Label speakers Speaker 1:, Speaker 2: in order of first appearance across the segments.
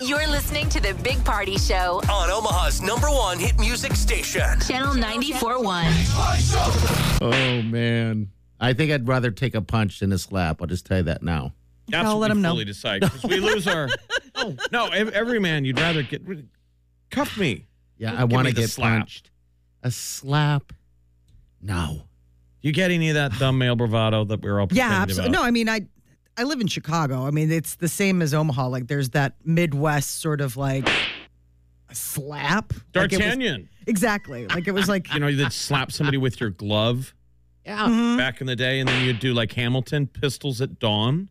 Speaker 1: You're listening to the Big Party Show,
Speaker 2: on Omaha's number one hit music station.
Speaker 1: Channel 941.
Speaker 3: Oh man, I think I'd rather take a punch than a slap. I'll just tell you that now.
Speaker 4: That's
Speaker 5: No,
Speaker 4: what
Speaker 5: let
Speaker 4: we
Speaker 5: him know. Oh.
Speaker 4: fully decide 'cause we lose our. no, no, ev- every man you'd rather get rid- cuff me.
Speaker 3: Yeah,
Speaker 4: Give
Speaker 3: I want
Speaker 4: me
Speaker 3: to
Speaker 4: the
Speaker 3: get
Speaker 4: slap.
Speaker 3: punched. A slap? No.
Speaker 4: You get any of that dumb male bravado that we are all
Speaker 5: Yeah,
Speaker 4: pretending
Speaker 5: absolutely.
Speaker 4: about?
Speaker 5: No, I mean, I I live in Chicago. I mean, it's the same as Omaha. Like, there's that Midwest sort of like a slap. Like, it was-
Speaker 4: D'Artagnan.
Speaker 5: exactly. Like it was like
Speaker 4: you know, you'd slap somebody with your glove
Speaker 5: mhm.
Speaker 4: back in the day, and then you'd do like Hamilton pistols at dawn.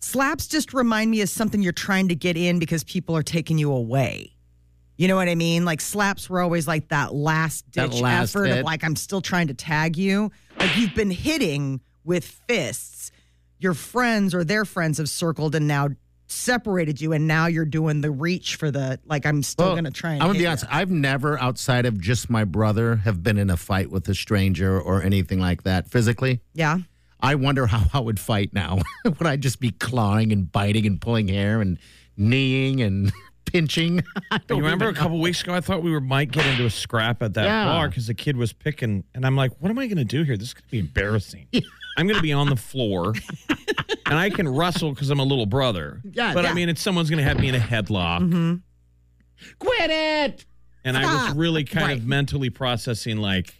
Speaker 5: slaps just remind me of something you're trying to get in because people are taking you away. You know what I mean? Like slaps were always like that last
Speaker 3: That
Speaker 5: ditch
Speaker 3: last
Speaker 5: effort
Speaker 3: hit.
Speaker 5: of like I'm still trying to tag you. Like you've been hitting with fists. Your friends or their friends have circled and now separated you and now you're doing the reach for the like I'm still
Speaker 3: Well,
Speaker 5: going to try and
Speaker 3: I'm gonna
Speaker 5: hit
Speaker 3: be
Speaker 5: ya.
Speaker 3: honest. I've never, outside of just my brother, have been in a fight with a stranger or anything like that physically.
Speaker 5: Yeah.
Speaker 3: I wonder how I would fight now. would I just be clawing and biting and pulling hair and kneeing and pinching? I
Speaker 4: But
Speaker 3: don't
Speaker 4: you remember a
Speaker 3: even know.
Speaker 4: couple weeks ago, I thought we were, might get into a scrap at that
Speaker 3: Yeah.
Speaker 4: bar because the kid was picking, and I'm like, "What am I going to do here? This is going to be embarrassing. I'm going to be on the floor, and I can wrestle because I'm a little brother.
Speaker 3: Yeah,
Speaker 4: but
Speaker 3: yeah.
Speaker 4: I mean, it's someone's going to have me in a headlock,
Speaker 3: Quit it.
Speaker 4: and I was
Speaker 5: Stop.
Speaker 4: really kind of
Speaker 5: Right.
Speaker 4: mentally processing like,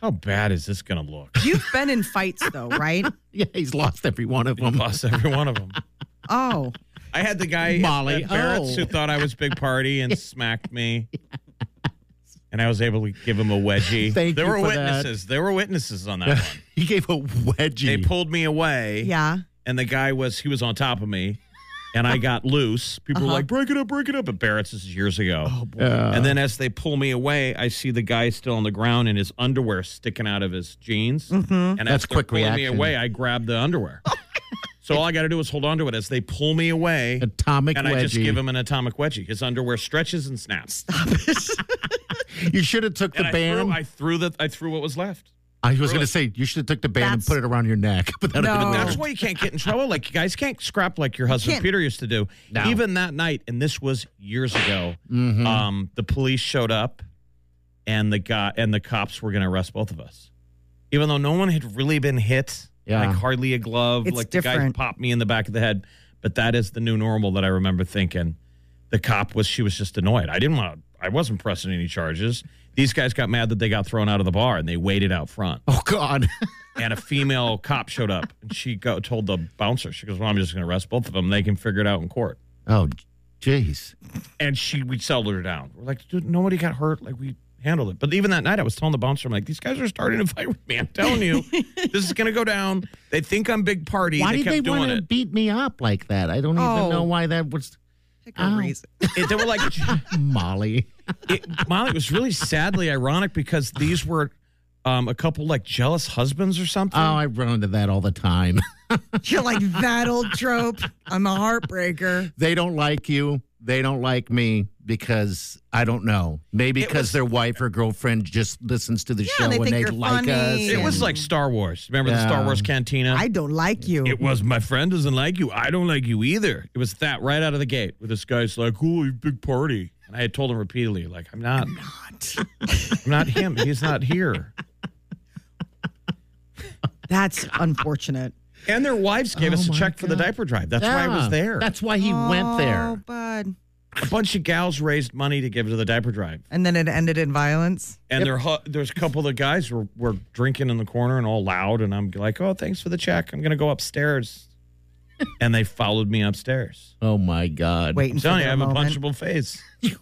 Speaker 4: how bad is this going to look?
Speaker 5: You've been in fights though, right?
Speaker 3: Yeah, he's lost every one of them.
Speaker 4: Lost every one of them.
Speaker 5: Oh.
Speaker 4: I had the guy
Speaker 3: Molly,
Speaker 4: at Barrett's
Speaker 3: oh.
Speaker 4: who thought I was big party and smacked me. And I was able to give him a wedgie.
Speaker 3: Thank
Speaker 4: there
Speaker 3: you
Speaker 4: were
Speaker 3: for that.
Speaker 4: witnesses. There were witnesses on that one.
Speaker 3: He gave a wedgie.
Speaker 4: They pulled me away.
Speaker 5: Yeah.
Speaker 4: And the guy was he was on top of me. And I got loose. People
Speaker 3: Uh-huh.
Speaker 4: were like, break it up, break it up. At Barrett's this is years ago.
Speaker 3: Uh,
Speaker 4: and then as they pull me away, I see the guy still on the ground and his underwear sticking out of his jeans. And
Speaker 3: Mm-hmm. That's
Speaker 4: as they're
Speaker 3: quick
Speaker 4: pulling
Speaker 3: reaction. Oh
Speaker 4: me away, I grab the underwear. so all I gotta do is hold on to it as they pull me away
Speaker 3: atomic
Speaker 4: and
Speaker 3: wedgie.
Speaker 4: I just give him an atomic wedgie. His underwear stretches and snaps.
Speaker 3: you should have took the
Speaker 4: And I
Speaker 3: band.
Speaker 4: Threw, I threw the I threw what was left.
Speaker 3: I was
Speaker 4: Threw
Speaker 3: going
Speaker 4: it.
Speaker 3: to say you should have took the band and
Speaker 5: That's-
Speaker 3: put it around your neck, but that would have
Speaker 5: No.
Speaker 3: been
Speaker 4: That's
Speaker 3: weird.
Speaker 4: why you can't get in trouble. Like you guys can't scrap like your husband
Speaker 5: can't.
Speaker 4: Peter used to do.
Speaker 3: No.
Speaker 4: Even that night, and this was years ago.
Speaker 3: Mm-hmm. Hmm.
Speaker 4: Um, the police showed up, and the guy and the cops were going to arrest both of us, even though no one had really been hit.
Speaker 3: Yeah.
Speaker 4: like hardly a glove.
Speaker 5: It's
Speaker 4: like the guy
Speaker 5: different.
Speaker 4: popped me in the back of the head. But that is the new normal that I remember thinking. The cop was she was just annoyed. I didn't want. to I wasn't pressing any charges. These guys got mad that they got thrown out of the bar and they waited out front
Speaker 3: Oh God!
Speaker 4: and a female cop showed up and she go, told the bouncer she goes well i'm just going to arrest both of them they can figure it out in court
Speaker 3: Oh, jeez.
Speaker 4: and she we settled her down we're like dude nobody got hurt like we handled it but even that night i was telling the bouncer i'm like these guys are starting to fight with me i'm telling you this is going to go down they think i'm big party
Speaker 3: Why
Speaker 4: they
Speaker 3: did
Speaker 4: kept
Speaker 3: they
Speaker 4: doing
Speaker 3: want to
Speaker 4: it.
Speaker 3: beat me up like that? I don't even
Speaker 5: Oh.
Speaker 3: know why that was.
Speaker 5: Pick a
Speaker 3: Ow.
Speaker 5: reason.
Speaker 4: It- they were like
Speaker 3: Molly.
Speaker 4: it, molly it was really sadly ironic because these were um, a couple like jealous husbands or something
Speaker 3: Oh, I run into that all the time.
Speaker 5: You're like that old trope. I'm a heartbreaker.
Speaker 3: They don't like you. They don't like me because I don't know. Maybe
Speaker 4: It
Speaker 3: because
Speaker 4: was-
Speaker 3: their wife or girlfriend just listens to the show
Speaker 5: they
Speaker 3: and
Speaker 5: think
Speaker 3: they
Speaker 5: you're
Speaker 3: like
Speaker 5: funny.
Speaker 3: us.
Speaker 4: it was like star wars remember the
Speaker 3: Yeah.
Speaker 4: star wars cantina
Speaker 5: I don't like you.
Speaker 4: It was my friend doesn't like you. I don't like you either. It was that right out of the gate with this guy's like, "Oh, you big party," and I had told him repeatedly, like, "I'm not, I'm not, him. He's not here."
Speaker 5: That's unfortunate.
Speaker 4: And their wives gave
Speaker 3: Oh
Speaker 4: us a
Speaker 3: my
Speaker 4: check for the
Speaker 3: God.
Speaker 4: diaper drive. That's why I was
Speaker 3: Yeah,
Speaker 4: there.
Speaker 3: That's why he went
Speaker 5: Oh,
Speaker 3: there.
Speaker 5: bud.
Speaker 4: a bunch of gals raised money to give to the diaper drive,
Speaker 5: And then it ended in violence.
Speaker 4: and their hu- there's a couple of the guys were were drinking in the corner and all loud, and I'm like, "Oh, thanks for the check. I'm gonna go upstairs," and they followed me upstairs.
Speaker 3: Oh my God!
Speaker 5: Waiting
Speaker 4: I'm
Speaker 5: for
Speaker 4: telling you, I
Speaker 5: their
Speaker 4: have a
Speaker 5: moment.
Speaker 4: punchable face.
Speaker 3: F-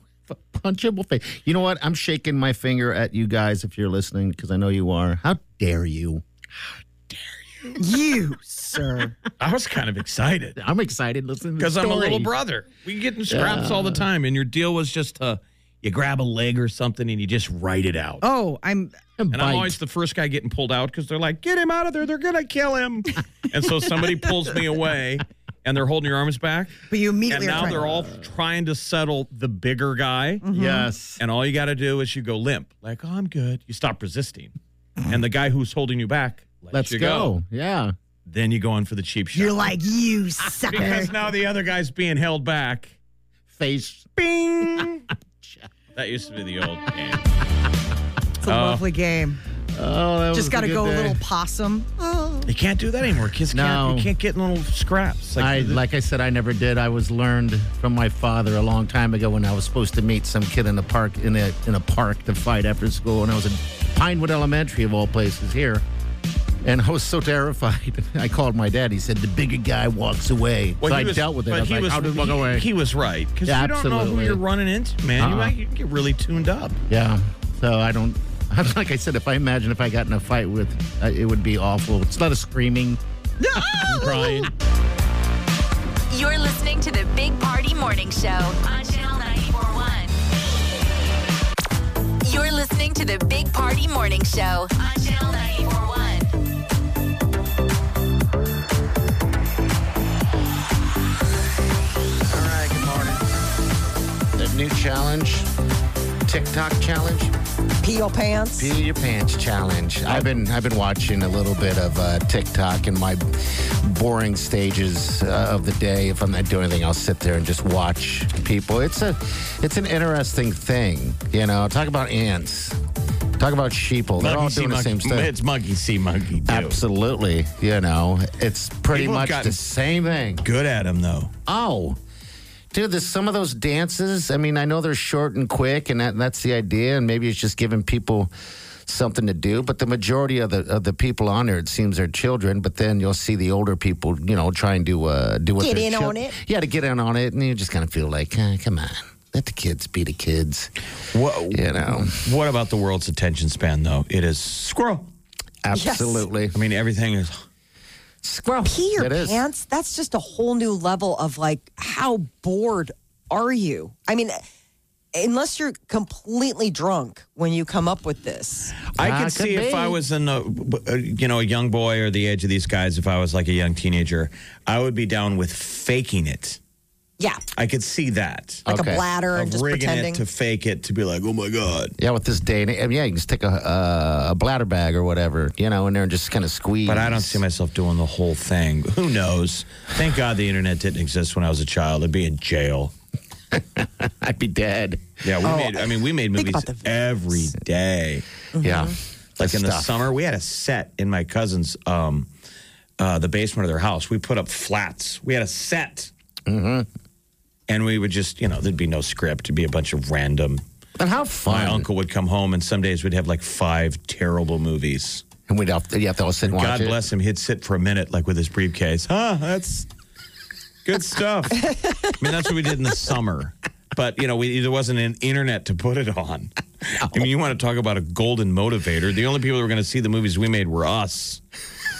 Speaker 3: punchable face. You know what? I'm shaking my finger at you guys if you're listening because I know you are. How dare you? How dare
Speaker 5: You, sir.
Speaker 4: I was kind of excited
Speaker 3: I'm excited listening to the
Speaker 4: because I'm a little
Speaker 3: story.
Speaker 4: brother. We get in scraps all the time, and your deal was just to you grab a leg or something and you just write it out.
Speaker 5: Oh, I'm
Speaker 3: And
Speaker 4: And
Speaker 3: bite.
Speaker 4: I'm always the first guy getting pulled out because they're like, get him out of there. They're going to kill him. and so somebody pulls me away and they're holding your arms back.
Speaker 5: but you
Speaker 4: And
Speaker 5: immediately are
Speaker 4: now
Speaker 5: trying-
Speaker 4: they're all trying to settle the bigger guy.
Speaker 3: Mm-hmm. yes.
Speaker 4: And all you got to do is you go limp, like, oh, I'm good. You stop resisting. and the guy who's holding you back lets
Speaker 3: Let's
Speaker 4: you
Speaker 3: go. Yeah.
Speaker 4: Then you go on for the cheap shot.
Speaker 5: You're like, you sucker.
Speaker 4: because now the other guy's being held back.
Speaker 3: Face.
Speaker 4: Bing. that used to be the old game.
Speaker 5: It's a lovely game.
Speaker 3: Oh, that was
Speaker 5: Just
Speaker 3: a
Speaker 5: got to
Speaker 3: good
Speaker 5: go a
Speaker 3: day.
Speaker 5: little possum. Oh.
Speaker 4: You can't do that anymore. Kids can't.
Speaker 3: No.
Speaker 4: You can't get in little scraps.
Speaker 3: I like I said, I never did. I was learned from my father a long time ago when I was supposed to meet some kid in the park in a in a park to fight after school, and I was in Pinewood Elementary of all places here, and I was so terrified. I called my dad. He said the bigger guy walks away. so
Speaker 4: he
Speaker 3: I
Speaker 4: was-
Speaker 3: dealt with it.
Speaker 4: but
Speaker 3: I was
Speaker 4: he
Speaker 3: like,
Speaker 4: was,
Speaker 3: how did walk
Speaker 4: he-
Speaker 3: away?
Speaker 4: He was right because
Speaker 3: Yeah,
Speaker 4: you don't know who
Speaker 3: absolutely.
Speaker 4: you're running into, man. You,
Speaker 3: Uh-uh.
Speaker 4: might, you can get really tuned up.
Speaker 3: yeah. So I don't. Like I said, if I imagine if I got in a fight with, uh, it would be awful. It's not a screaming,
Speaker 4: Brian,
Speaker 1: You're listening to the Big Party Morning Show on Channel 941. You're listening to the Big Party Morning Show on Channel 941.
Speaker 2: All right, good morning.
Speaker 3: the new challenge, TikTok challenge.
Speaker 5: Pee your pants.
Speaker 3: Pee your pants challenge. I've been I've been watching a little bit of uh, TikTok in my boring stages uh, of the day. If I'm not doing anything, I'll sit there and just watch people. It's a it's an interesting thing, you know. Talk about ants. Talk about sheeple. They're all
Speaker 4: Monkey see
Speaker 3: doing the
Speaker 4: monkey.
Speaker 3: same stuff.
Speaker 4: It's monkey see monkey. do.
Speaker 3: Absolutely, you know. It's pretty
Speaker 4: People have
Speaker 3: much
Speaker 4: gotten-
Speaker 3: the same thing.
Speaker 4: Good at him though.
Speaker 3: Oh. Dude, there's some of those dances. I mean, I know they're short and quick, and that, that's the idea. And maybe it's just giving people something to do. But the majority of the of the people on there, it seems, are children. But then you'll see the older people, you know, trying to uh, do what
Speaker 5: Get
Speaker 3: their
Speaker 5: in
Speaker 3: chil-
Speaker 5: on it.
Speaker 3: Yeah, to get in on it, and you just kind of feel like, eh, come on, let the kids be the kids.
Speaker 4: What
Speaker 3: You know,
Speaker 4: What about the world's attention span though? It is squirrel.
Speaker 3: absolutely.
Speaker 4: I mean, everything is.
Speaker 3: Squirrel.
Speaker 6: pee your
Speaker 3: It is.
Speaker 6: pants that's just a whole new level of like how bored are you i mean unless you're completely drunk when you come up with this
Speaker 4: I
Speaker 3: Ah,
Speaker 4: could
Speaker 3: could
Speaker 4: see if
Speaker 3: be.
Speaker 4: I was in a, a, you know, a young boy or the age of these guys. If I was like a young teenager, I would be down with faking it.
Speaker 6: yeah
Speaker 4: I could see that.
Speaker 6: like
Speaker 3: Okay.
Speaker 6: a bladder and
Speaker 4: Of
Speaker 6: just
Speaker 4: rigging
Speaker 6: pretending
Speaker 4: it to fake it to be like, oh my god.
Speaker 3: Yeah, with this day, and I mean, yeah, you can just take a, uh, a bladder bag or whatever, you know, in there and just kind of squeeze.
Speaker 4: But I don't see myself doing the whole thing. Who knows? Thank God the internet didn't exist when I was a child. I'd be in jail.
Speaker 3: I'd be dead.
Speaker 4: Yeah, we made. I mean, we made movies
Speaker 6: Oh, about the videos.
Speaker 4: every day.
Speaker 3: Yeah.
Speaker 4: Like in
Speaker 3: Mm-hmm.
Speaker 4: the
Speaker 3: stuff.
Speaker 4: summer, we had a set in my cousin's, um, uh, the basement of their house. We put up flats. We had a set, and we would just, you know, there'd be no script. It'd be a bunch of random.
Speaker 3: And how
Speaker 4: My
Speaker 3: fun.
Speaker 4: uncle would come home, and some days we'd have like five terrible movies.
Speaker 3: And we'd have to, you have to all sit and watch
Speaker 4: God
Speaker 3: it.
Speaker 4: bless him. He'd sit for a minute, like with his briefcase. Huh, that's good stuff. I mean, that's what we did in the summer. But, you know, we, there wasn't an internet to put it on. I mean, you want to talk about a golden motivator. The only people that were going to see the movies we made were us,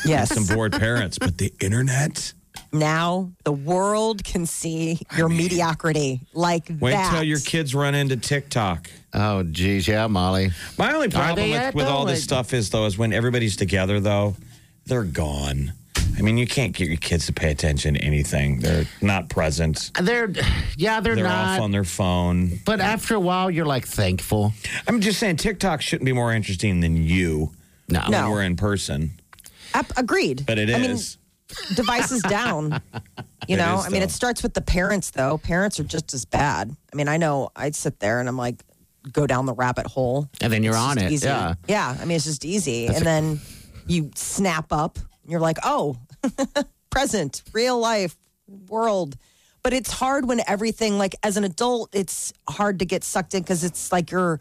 Speaker 6: yes
Speaker 4: some bored parents. But the internet?
Speaker 6: now the world can see your mediocrity like
Speaker 4: Wait
Speaker 6: that
Speaker 4: till your kids run into TikTok.
Speaker 3: Oh, geez. Yeah, Molly.
Speaker 4: My only problem
Speaker 3: they
Speaker 4: with,
Speaker 3: at,
Speaker 4: with
Speaker 3: though?
Speaker 4: all this
Speaker 3: Like-
Speaker 4: stuff is, though, is when everybody's together, though, they're gone. I mean, you can't get your kids to pay attention to anything. They're not present.
Speaker 3: Uh, They're, yeah, they're,
Speaker 4: They're
Speaker 3: not.
Speaker 4: off on their phone.
Speaker 3: but after a while, you're like thankful.
Speaker 4: I'm just saying TikTok shouldn't be more interesting than you
Speaker 3: No.
Speaker 4: when we're in person.
Speaker 6: Ap- agreed
Speaker 4: But it is.
Speaker 6: I mean, devices down.
Speaker 4: It
Speaker 6: You know,
Speaker 4: is,
Speaker 6: I mean, it
Speaker 4: though.
Speaker 6: starts with the parents, though. Parents are just as bad. I mean, I know I sit there and I'm like, go down the rabbit hole.
Speaker 3: And then you're
Speaker 6: It's
Speaker 3: on
Speaker 6: just
Speaker 3: it,
Speaker 6: easy.
Speaker 3: yeah.
Speaker 6: Yeah. I mean, it's just easy. and then you snap up and you're like, oh, present, real life, world. But it's hard when everything, like as an adult, it's hard to get sucked in because it's like your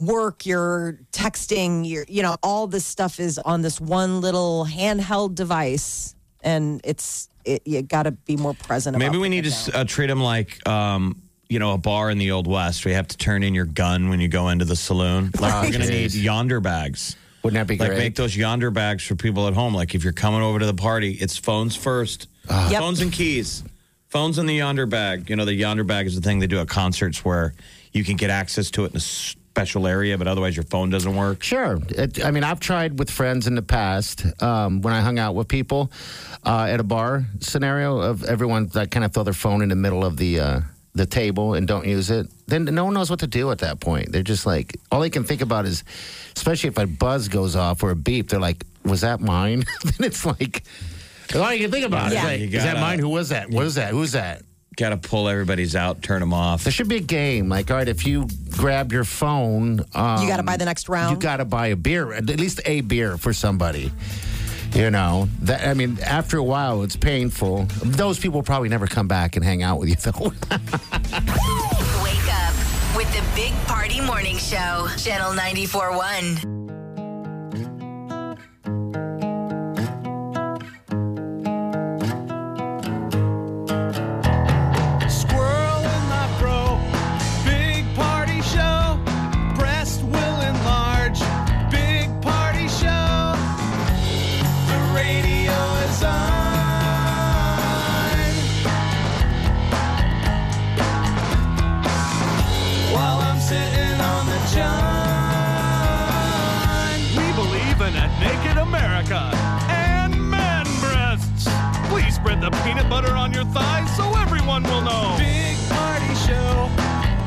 Speaker 6: work, your texting, your, you know, all this stuff is on this one little handheld device. And it's, it, you got to be more present.
Speaker 4: Maybe
Speaker 6: about
Speaker 4: we
Speaker 6: it
Speaker 4: need to
Speaker 6: now.
Speaker 4: s- uh, treat them like, um, you know, a bar in the old west. We have to turn in your gun when you go into the saloon. Like we're going to need
Speaker 3: geez.
Speaker 4: yonder bags.
Speaker 3: Wouldn't that be
Speaker 4: Like
Speaker 3: great?
Speaker 4: make those yonder bags for people at home. Like if you're coming over to the party, it's phones first.
Speaker 6: Yep.
Speaker 4: Phones and keys. Phones in the yonder bag. You know, the yonder bag is the thing they do at concerts where you can get access to it in a special area, but otherwise your phone doesn't work.
Speaker 3: Sure. It, I mean, I've tried with friends in the past um, when I hung out with people uh, at a bar scenario of everyone that kind of throw their phone in the middle of the uh, the table and don't use it. Then no one knows what to do at that point. They're just like all they can think about is, especially if a buzz goes off or a beep, they're like, "Was that mine?" then it's like. All you can think about
Speaker 6: Yeah.
Speaker 3: is, like,
Speaker 4: You
Speaker 3: is that
Speaker 4: gotta-
Speaker 3: mine? Who was that? What is that? Who's that?
Speaker 4: Got to pull everybody's out, turn them off.
Speaker 3: There should be a game. Like, all right, if you grab your phone, um,
Speaker 6: You gotta buy the next
Speaker 3: you
Speaker 6: round.
Speaker 3: got to buy a beer, at least a beer for somebody. You know, that I mean, after a while, it's painful. Those people probably never come back and hang out with you, though.
Speaker 1: Wake up with the Big Party Morning Show, Channel 94.1.
Speaker 7: Squirrel in my bro. Big party show. Breast will enlarge. Big party show. The radio is on. While I'm sitting on the john. We believe in a naked America and man breasts. Please spread the peanut butter on your thighs so everyone will know. Big party show.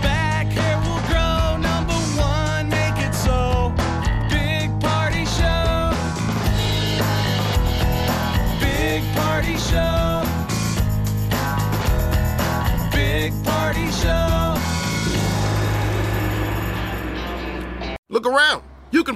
Speaker 7: Back hair will grow. Number one, make it so. Big party show. Big party show. Big party show.
Speaker 8: Look around. You can